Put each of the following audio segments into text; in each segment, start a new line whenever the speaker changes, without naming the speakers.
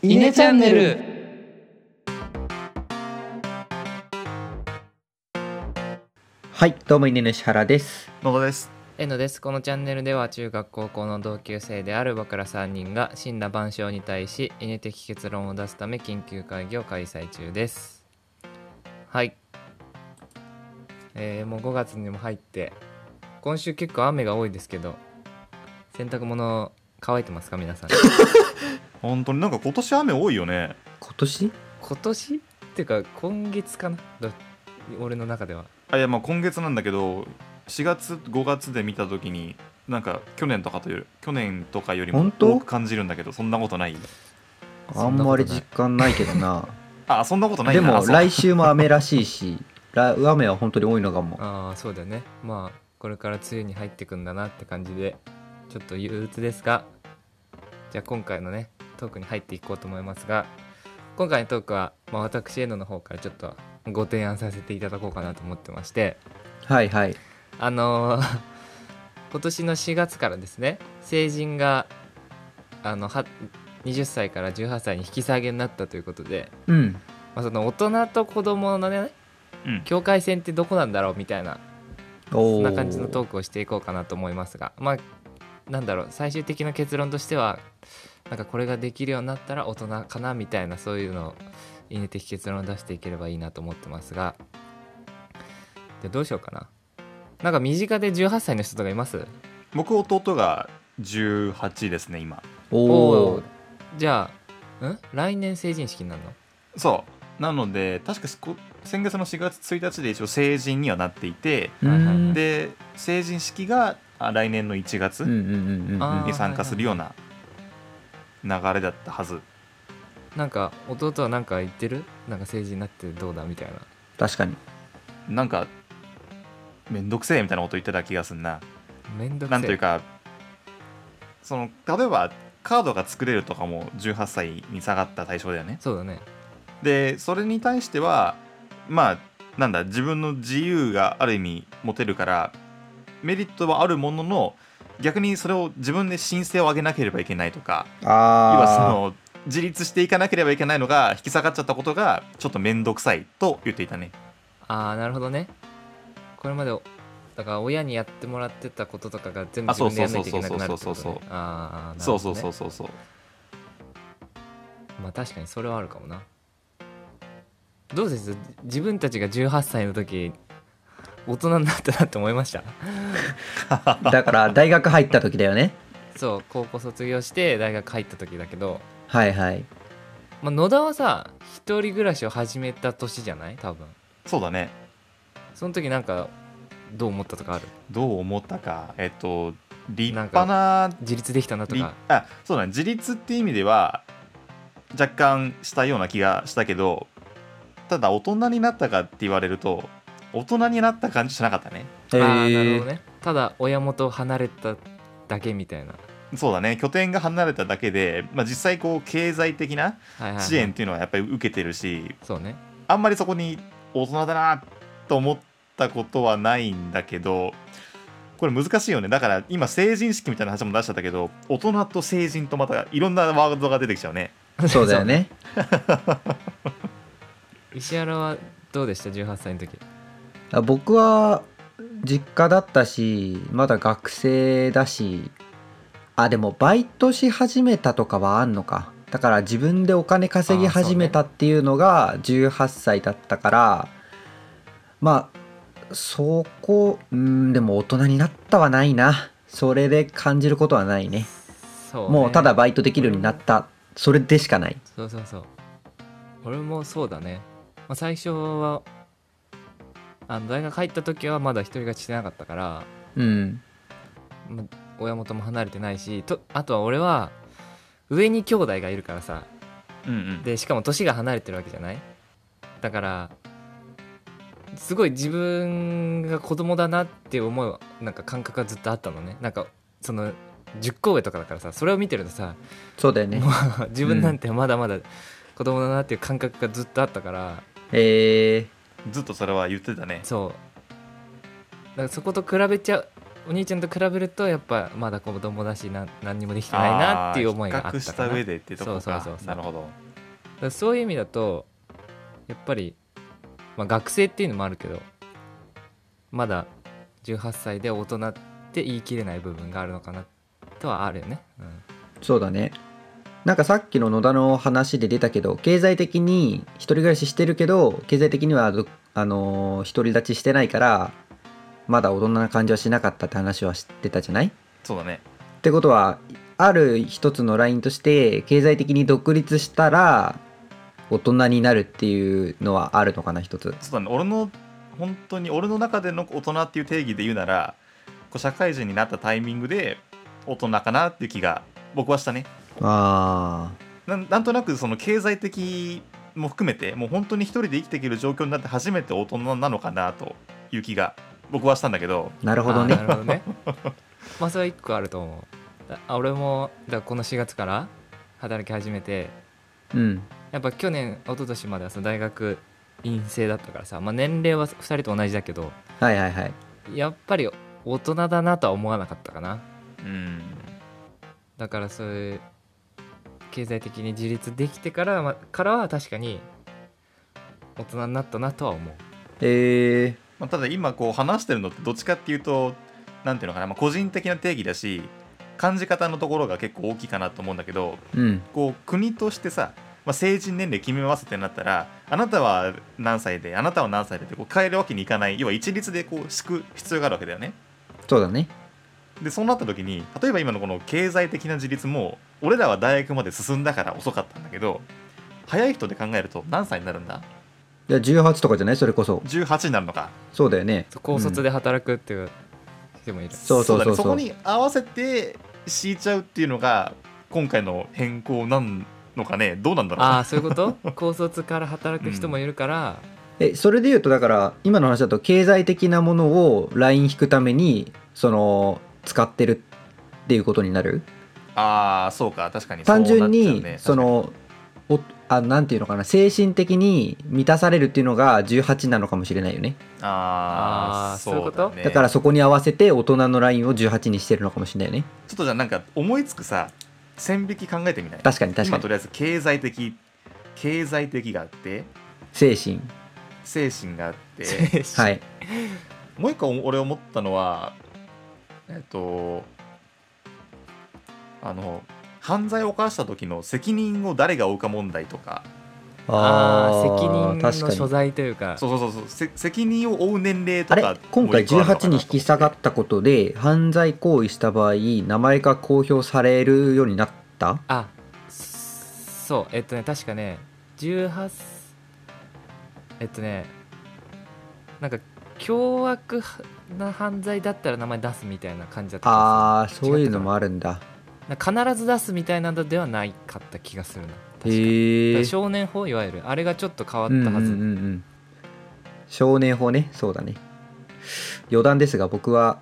イネチャンネル
はい、どうも、稲主原です。
のどです。
えのですこのチャンネルでは中学高校の同級生である僕ら3人が死んだ万象に対しイネ的結論を出すため緊急会議を開催中ですはいえー、もう5月にも入って今週結構雨が多いですけど洗濯物乾いてますか皆さ ん
本当になんか今年雨多いよね。
今年
今年っていうか今月かなど俺の中では
あいやまあ今月なんだけど、4月5月で見た時になんか去年とかとより去年とかよりも
本当
多く感じるんだけど、そんなことない。
あんまり実感ないけどな。
あそんなことない
で
んだ
も、
あそう
来週も雨らしいし、ら雨は本当に多いのかも。
ああそうだよねまあこれから梅雨に入ってくんだなって感じでちょっと憂鬱ですがじゃあ今回のねトークに入っていこうと思いますが今回のトークは、まあ、私エノの方からちょっとご提案させていただこうかなと思ってまして
はいはい。
あのー 今年の4月からですね成人があのは20歳から18歳に引き下げになったということで、
うん。
まあ、その大人と子供のね
うん
境界線ってどこなんだろうみたいな
お
そ
ー
んな感じのトークをしていこうかなと思いますがまあなんだろう最終的な結論としてはなんかこれができるようになったら大人かなみたいなそういうのを因的結論を出していければいいなと思ってますがじゃあどうしようかななんか身近で18歳の人とかいます
僕弟が18ですね今。
おー
ーじゃあん来年成人式になるの
そうなので確かしこ先月の4月1日で一応成人にはなっていて、
うーん
で成人式があ来年の1月
うんうんうんうん
あ
に参加するような流れだったはず。
なんか弟はなんか言ってるなんか成人になってどうだみたいな
確かに。
なんかめんどくせえみたいなこと言ってた気がすんな。
めんどくせえ
なんというかその例えばカードが作れるとかも18歳に下がった対象だよね。
そうだね
でそれに対してはまあなんだ自分の自由がある意味持てるからメリットはあるものの逆にそれを自分で申請を上げなければいけないとか要はそ
あ
の自立していかなければいけないのが引き下がっちゃったことがちょっと面倒くさいと言っていたね。
ああなるほどねこれまでおだから親にやってもらってたこととかが全部
あ
自
そう
分で
そう
やらな
そ
きゃいけなくな
う
るってこ
そうそうそう
と
そう
ねああ
そうそうそう
そ
そうそう。
うまあ確かにそれはあるかもなどうです自分たちが18歳の時大人になったなって思いました
あ。だから、大学入った時だよね。
そう高校卒業して大学入った時だけど、
はいはい。
まあ、野田はさ一人暮らしを始めた年じゃない多分
そうだね。
その時なんかどう思ったとかある
どう思ったか、えっと、立派な
自立できたなと
り
か
あそうだね自立っていう意味では若干したような気がしたけどただ大人になったかって言われると大人になった感じしなかったね
え
ああなるほど
ー、
ねただ親元を離れただけみたいな、
そうだね拠点が離れただけで、まあ、実際こう経済的な
はいはいはい
支援っていうのはやっぱり受けてるし
そうね
あんまりそこに大人だなと思ったことはないんだけどこれ難しいよねだから今成人式みたいな話も出しちゃったけど大人と成人とまたいろんなワードが出てきちゃうね
そうだよね。
石原はどうでした18歳の時
あ僕は実家だったしまだ学生だしあでもバイトし始めたとかはあんのかだから自分でお金稼ぎ
あーそうね
始めたっていうのが18歳だったから、まあそこうんでも大人になったはないなそれで感じることはないね
そうね
もうただバイトできるようになったそれでしかない
そうそうそう俺もそうだね、まあ、最初はあの大学入った時はまだ一人勝ちしてなかったから、
うん
まあ親元も離れてないしとあとは俺は上に兄弟がいるからさ
うんうん
でしかも年が離れてるわけじゃないだからすごい自分が子供だなっていう思いはなんか感覚がずっとあったのねなんかその10個上とかだからさそれを見てるとさ、
そうだよね
もう自分なんてまだまだ子供だなっていう感覚がずっとあったから
えー、
ずっとそれは言ってたね
そうだからそこと比べちゃお兄ちゃんと比べるとやっぱまだ子供だしな何にもできてないなっていう思いがあった
比較し
か
た
な
上でってとこか
そうそうそうそう
なるほど
だからそういう意味だとやっぱり、まあ、学生っていうのもあるけどまだ18歳で大人って言い切れない部分があるのかなとはあるよね。うん
そうだねなんかさっきの野田の話で出たけど経済的に一人暮らししてるけど経済的にはどあのー独り立ちしてないからまだ大人な感じはしなかったって話はしてたじゃない
そうだね
ってことはある一つのラインとして経済的に独立したら大人になるっていうのはあるのかな一つ
そうだね俺の本当に俺の中での大人っていう定義で言うならこう社会人になったタイミングで大人かなっていう気が僕はしたね
あ
なんなんとなくその経済的も含めてもう本当に一人で生きていける状況になって初めて大人なのかなという気が僕はしたんだけど
ーなるほどね
あーなるほどね。 まあそれは一個あると思う。だあ俺もだこの4月から働き始めて
うん
やっぱ去年一昨年まではその大学院生だったからさ、まあ、年齢は2人と同じだけど
はいはいはい
やっぱり大人だなとは思わなかったかな。
うん
だからそういう経済的に自立できてから,、ま、からは確かに大人になったなとは思う
え
まあ、ただ今こう話してるのってどっちかっていうとなんていうのかな、まあ、個人的な定義だし感じ方のところが結構大きいかなと思うんだけど
ー、うん
こう国としてさ、まあ、成人年齢決めますってなったらあなたは何歳であなたは何歳でってこう変えるわけにいかない要は一律でこう敷く必要があるわけだよね。
そうだね
でそうなった時に例えば今のこの経済的な自立も俺らは大学まで進んだから遅かったんだけど早い人で考えると何歳になるんだ
じゃあ18とかじゃないそれこそ
?18 になるのか
そうだよね
そう高卒で働くっていう人もいる、
そうそうそうそう
だね、そこに合わせて敷いちゃうっていうのが今回の変更なんのかねどうなんだろう
ああそういうこと 高卒から働く人もいるから、
えそれで言うとだから今の話だと経済的なものをライン引くためにその使ってるっていうことになる
あーそうか確かに
単純
そうな
に
っちゃうね
そのおあなんていうのかな精神的に満たされるっていうのが18なのかもしれないよね
確かにあ
あ
あ
ー
そう
そういうこと、
だ,、ね、
だからそこに合わせて大人のラインを18にしてるのかもしれないよね
ちょっとじゃあなんか思いつくさ線引き考えてみない
確かに確か
今と
に
りあえず経済的経済的があって
精神
精神があって
はいい
もう一個俺思ったのはえっとあの犯罪を犯した時の責任を誰が負うか問題とか
ああ
ー
責任の
確かに
所在というか
そうそうそうそうせ責任を負う年齢と
あれ
か
今回
もう一個あるのか
18
な
に引き下がったことで犯罪行為した場合名前が公表されるようになった
あそうえっとね確かね18えっとねなんか凶悪な犯罪だったら名前出すみたいな感じだった気が
あーそういうのもあるんだ
するな必ず出すみたいなのではないかった気がするな
へ
確かだか
え
ら少年法いわゆるあれがちょっと変わ
あ
ったはず、
うんうんうんうん、少年法ねそうだね余談ですが僕は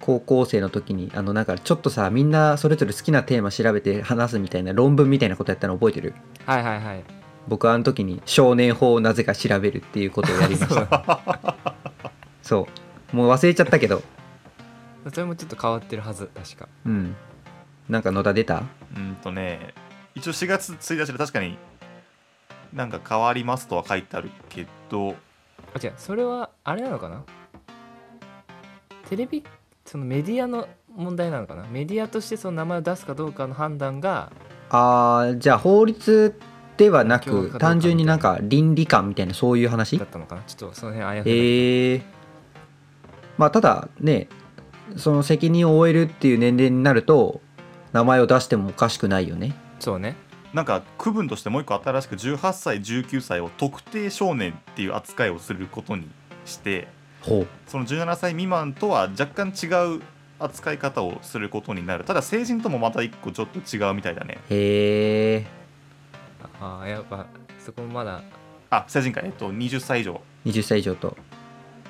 高校生の時にあのなんかちょっとさみんなそれぞれ好きなテーマ調べて話すみたいな論文みたいなことやったの覚えてる
はいはいはい
僕はあの時に少年法をなぜか調べるっていうことをやりま し
そ
たそうもう忘れちゃったけど
それもちょっと変わってるはず確か
うんなんか野田出た
うんとね一応4月1日で確かになんか変わりますとは書いてあるけど
あ違うそれはあれなのかなテレビそのメディアの問題なのかなメディアとしてその名前を出すかどうかの判断が
あーじゃあ法律ではな
教育かどうかみたい
く
な
単純になんか倫理観みたいなそういう話
だったのかなちょっとその辺あやふやだけど
ええまあただねその責任を負えるっていう年齢になると名前を出してもおかしくないよね
そうね
なんか区分としてもう一個新しく18歳19歳を特定少年っていう扱いをすることにして
ほう
その17歳未満とは若干違う扱い方をすることになるただ成人ともまた一個ちょっと違うみたいだね
へえ
ああやっぱそこもまだ
あ成人かえっと20歳以上
20歳以上と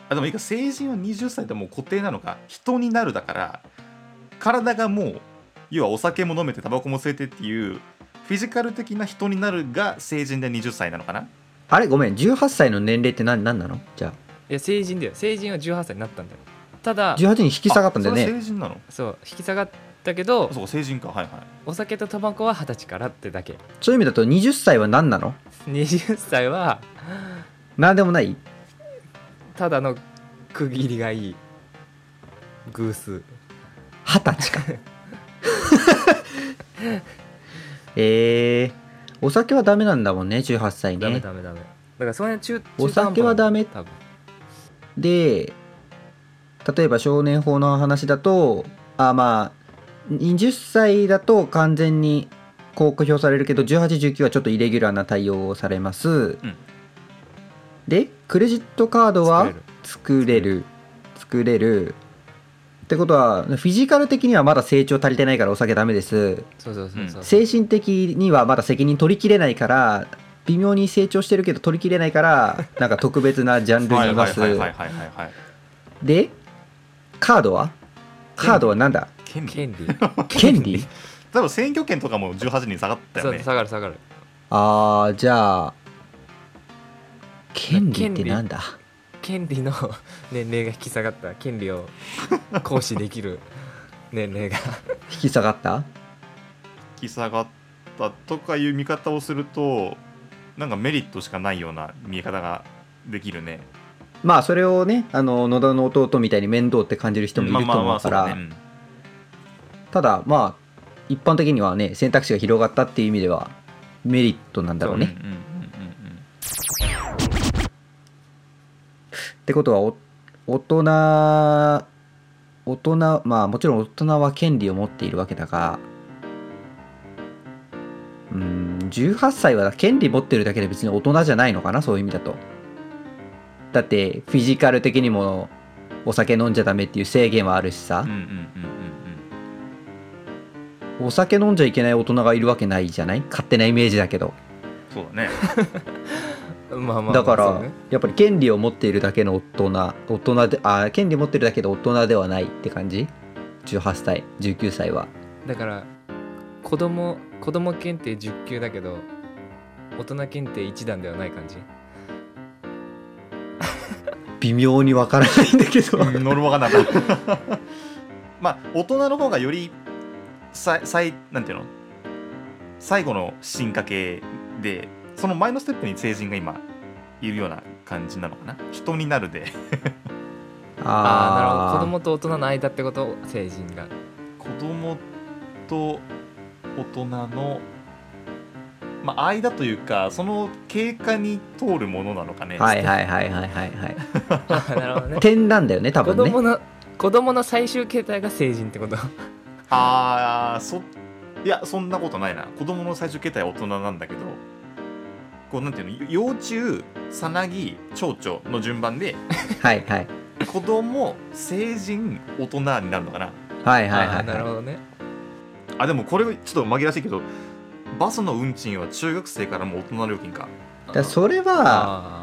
あでもいいか成人は20歳でもう固定なのか人になるだから体がもう要はお酒も飲めてタバコも吸えてっていうフィジカル的な人になるが成人で20歳なのかな
あれごめん18歳の年齢って何何なのじゃあ
いや成人だよ成人は18歳になったんだよただ
18に引き下がったんだよ
あそれ
ね
成人なの
そう引き下がったけど
あそう成人かはいはい
お酒とタバコは二十歳からってだけ
そういう意味だと20歳は何なの
20歳は
何でもない
ただの区切りがいい偶数
二十 歳かえー、お酒はダメなんだもんね18歳
ダメ
ね
ダメダメだからその辺中
お酒はダメ
中途半端
で例えば少年法の話だとあまあ20歳だと完全に公表されるけど1819はちょっとイレギュラーな対応をされます、でクレジットカード
な多分
は作れる作れるってことはフィジカル的にはまだ成長足りてないからお酒ダメです
そうそうそうそう、
精神的にはまだ責任取りきれないから微妙に成長してるけど取りきれないからなんか特別なジャンル
は
に
い
いま
はい
す
はいはいはいはいはい
でカードはカードはなんだ
権利
権利
権利
多分選挙権とかも18人下がった
そ
よ
う
ね
下がる下がる
あーじゃあ権利っ
権
て
利
なんだ
権利の 年齢が引き下がった権利を行使できる 年齢が
引き下がった
引き下がったとかいう見方をするとなんかメリットしかないような見え方ができるね
まあそれをねあの野田の弟みたいに面倒って感じる人もいると思うか
まあまあまあそうだ
ら
ね
ただまあ一般的にはね選択肢が広がったっていう意味ではメリットなんだろう
うん
ね
うんうんうんうん
ってことはお大人大人まあもちろん大人は権利を持っているわけだがうーん18歳は権利持ってるだけで別に大人じゃないのかなそういう意味だとだってフィジカル的にもお酒飲んじゃダメっていう制限はあるしさ
うん、うんうんうん
お酒飲んじゃいけない大人がいるわけないじゃない勝手なイメージだけど
うんそうだね
まあまあまあ
だから、
そうね
やっぱり権利を持っているだけの大人大人であ権利持ってるだけで大人ではないって感じ18歳19歳は
だから子供子供検定10級だけど大人検定1段ではない感じ
微妙にわからないんだけど
うんノルマがなかった まあ大人の方がよりさいなんていうの最後の進化系でその前のステップに成人が今いるような感じなのかな人になるで
ああーなるほ
ー
ど子供と大人の間ってこと成人が
子供と大人のまあ間というかその経過に通るものなのかね
はいはいはいはいはいはい
あなるほどね
点なんだ よね多
子
分ね
供の子供の最終形態が成人ってこと
ああそいやそんなことないな子供の最終形態は大人なんだけどこうなんていうの幼虫さなぎ蝶々の順番で
はいはい
子供成人大人になるのかな
はいはい
あ
は
ーないる
は
ほ
い
どね
あでもこれちょっと紛らわしいけどバスの運賃は中学生からもう大人料金か
だからそれは
あ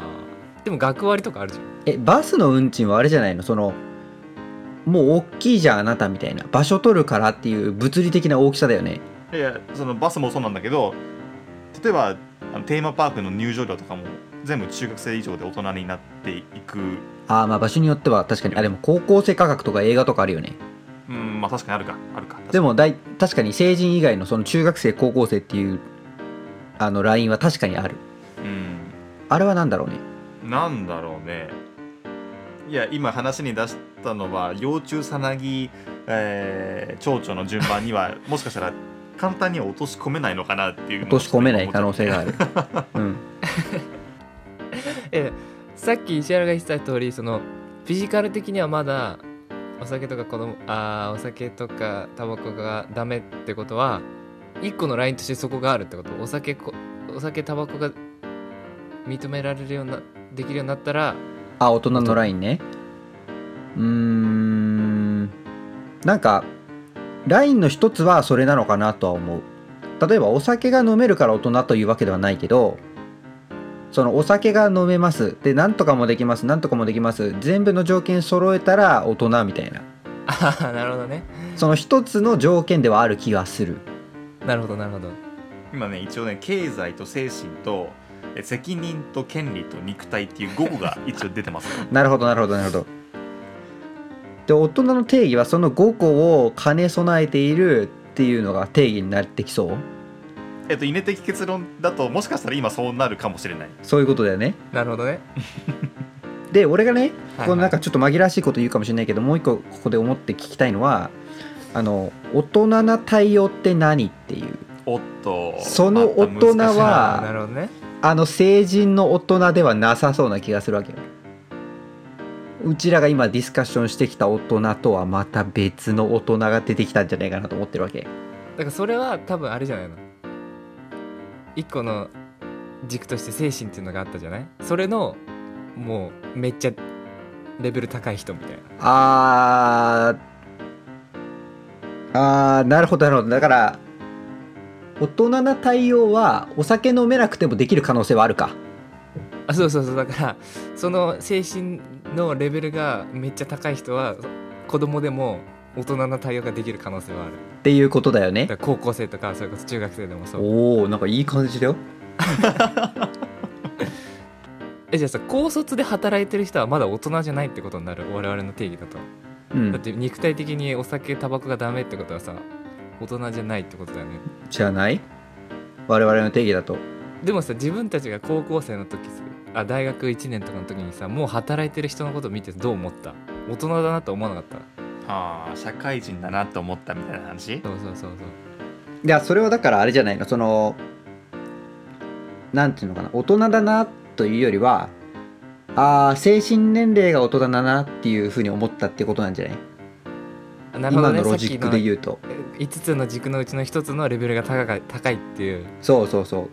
ーでも学割とかあるじゃん
えバスの運賃はあれじゃないのそのもう大きいじゃんあなたみたいな場所取るからっていう物理的な大きさだよね
いやそのバスもそうなんだけど例えばあのテーマパークの入場料とかも全部中学生以上で大人になっていく
ああまあ場所によっては確かにあでも高校生価格とか映画とかあるよね
うんまあ確かにあるかあるか
でもだい確かに成人以外のその中学生高校生っていうあのラインは確かにある
うん
あれは何だろうね
なんだろうねいや今話に出したのは幼虫さなぎ、えー、蝶々の順番には もしかしたら簡単には落とし込めないのかなっていうの
落
を
とし込めない可能性があ
ちょっ
る、うん、
えさっき石原が言ってた通りそのフィジカル的にはまだお酒とか子供あーお酒とかタバコがダメってことは一個のラインとしてそこがあるってことお酒こお酒タバコが認められるようなできるようになったら
あ大人のラインねうーんなんかラインの一つはそれなのかなとは思う例えばお酒が飲めるから大人というわけではないけどそのお酒が飲めますで何とかもできます何とかもできます全部の条件揃えたら大人みたいな
あーなるほどね
その一つの条件ではある気がする
なるほどなるほど
と今ね一応ね経済と精神とえ責任と権利と肉体っていう5個が一応出てますよ
なるほどなるほどなるほどで大人の定義はその5個を兼ね備えているっていうのが定義になってきそう
えっと、イネ的結論だともしかしたら今そうなるかもしれない
そういうことだよね
なるほどね。
で俺がねこ
は
の
い
な
は
ん
い
かちょっと紛らわしいこと言うかもしれないけどもう一個ここで思って聞きたいのはあの大人な対応って何っていう
おっと
その大人は
あーなるほどね。
あの成人の大人ではなさそうな気がするわけようちらが今ディスカッションしてきた大人とはまた別の大人が出てきたんじゃないかなと思ってるわけ
だからそれは多分あれじゃないの。一個の軸として精神っていうのがあったじゃないそれのもうめっちゃレベル高い人みたいな。
あーあーなるほどなるほどだから大人な対応はお酒飲めなくてもできる可能性はあるか
あそうそうそうだからその精神のレベルがめっちゃ高い人は子供でも大人な対応ができる可能性はある
っていうことだよ
だ
ね
から高校生とかそれこそ中学生でもそう
おおなんかいい感じだよ
えじゃあさ高卒で働いてる人はまだ大人じゃないってことになる我々の定義だと
うん
だって肉体的にお酒タバコがダメってことはさ大人じゃないってことだよね
じゃない我々の定義だと
でもさ自分たちが高校生の時さあ大学1年とかの時にさもう働いてる人のことを見てどう思った大人だなと思わなかった
あー社会人だなって思ったみたいな話
そうそうそうそう
いやそれはだからあれじゃないのそのなんていうのかな大人だなというよりはあー精神年齢が大人だなっていうふうに思ったってことなんじゃない、
あなるほ
今
どね
のロジッ
さ
ク
っきの
で言うと
5つの軸のうちの1つのレベルが高か高いっていう
そうそうそう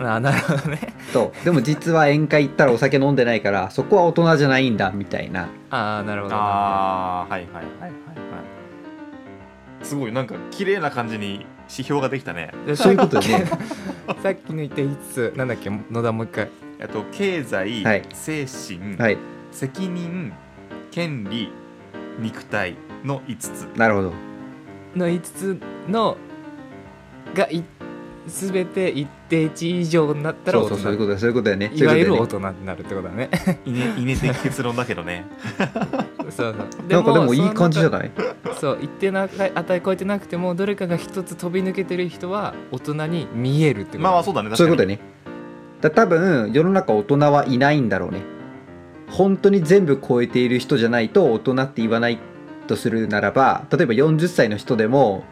あなるほどね
とでも実は宴会行ったらお酒飲んでないからそこは大人じゃないんだみたいな
ああなるほどな
ああはいはいはいはいはいすごいなんか綺麗な感じに指標ができたね
るほどで
そういうことよね
さっき さっきの言った5つなんだっけ野田もう一回
えっと経済、
はい
精神、
はい
責任権利肉体の5つ
なるほど
の5つのがい全て一定値以上になったら
そ
大
う
人
そうそういうことだそういうことだよね
いわゆる
そうう
大
こと
人になるってことだ ね
イネイネ的結論だけどね
そうそう
だよねなんかでもいい感じじゃ
い
ない
そう一定の値値超えてなくてもどれかが一つ飛び抜けてる人は大人に見えるってこと
まあまあそうだね
そういうこと
確か
だよね。だ多分世の中大人はいないんだろうね。本当に全部超えている人じゃないと大人って言わないとするならば例えば40歳の人でも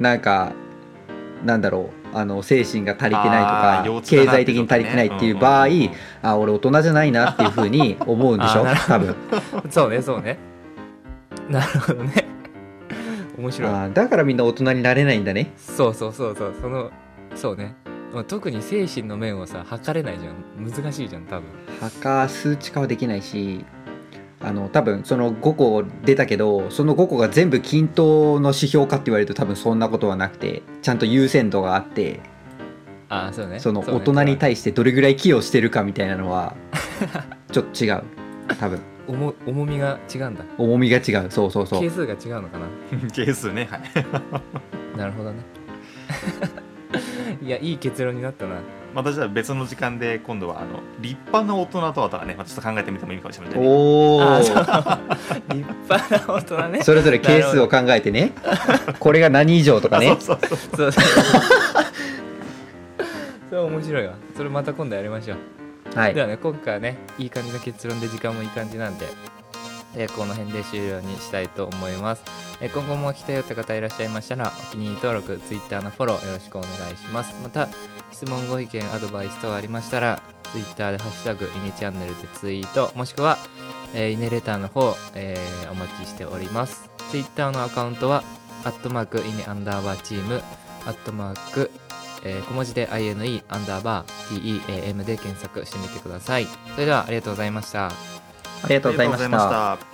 なんかなんだろうあの精神が足りてないと
あー幼
か
稚だ
経
なっ
済
て
的
こ
に
と
足
ね
りてないっていう場合、
んんん
あ俺大人じゃないなっていうふうに思うんでしょ
あーなる
多分
そうねそうね なるほどね面
あ
白い
ーだからみんな大人になれないんだね
そうそうそうそうそのそうねまあ特に精神の面をさ測れないじゃん難しいじゃん多分
墓数値化はできないしあの多分その5個出たけどその5個が全部均等の指標かって言われると多分そんなことはなくてちゃんと優先度があって
ああそうね
その
う
大
ね
人に対してどれぐらい寄与してるかみたいな のはちょっと違う多分
重重みが違うんだ
重みが違うそうそうそ
係
う
数が違うのかな
係数ねはい
なるほどね いやいい結論になったな
またじゃあ別の時間で今度はあの立派な大人とはとはね、まあ、ちょっと考えてみてもいいかもしれないね、
お
あ
お
ーそう立派な大人 ね
それぞれ係数を考えて ねこれが何以上とかね
そうそうそ
そう
う
そうそれ面白いわそれまた今度やりましょう
は
で
い
はね今回はねいい感じの結論で時間もいい感じなんで、えーこの辺で終了にしたいと思います、えー今後も来たよって方いらっしゃいましたらお気に入り登録 Twitter のフォローよろしくお願いしますまた質問ご意見アドバイス等ありましたら Twitter で「ハッシュタグイネチャンネル」でツイートもしくは、えーイネレターの方、えーお待ちしております Twitter のアカウントはアットマークイネアンダーバーチームアットマークえー小文字で ine アンダーバー team で検索してみてください。それではありがとうございました。
ありがとうございま
あり
し
がとうご
た
ざいました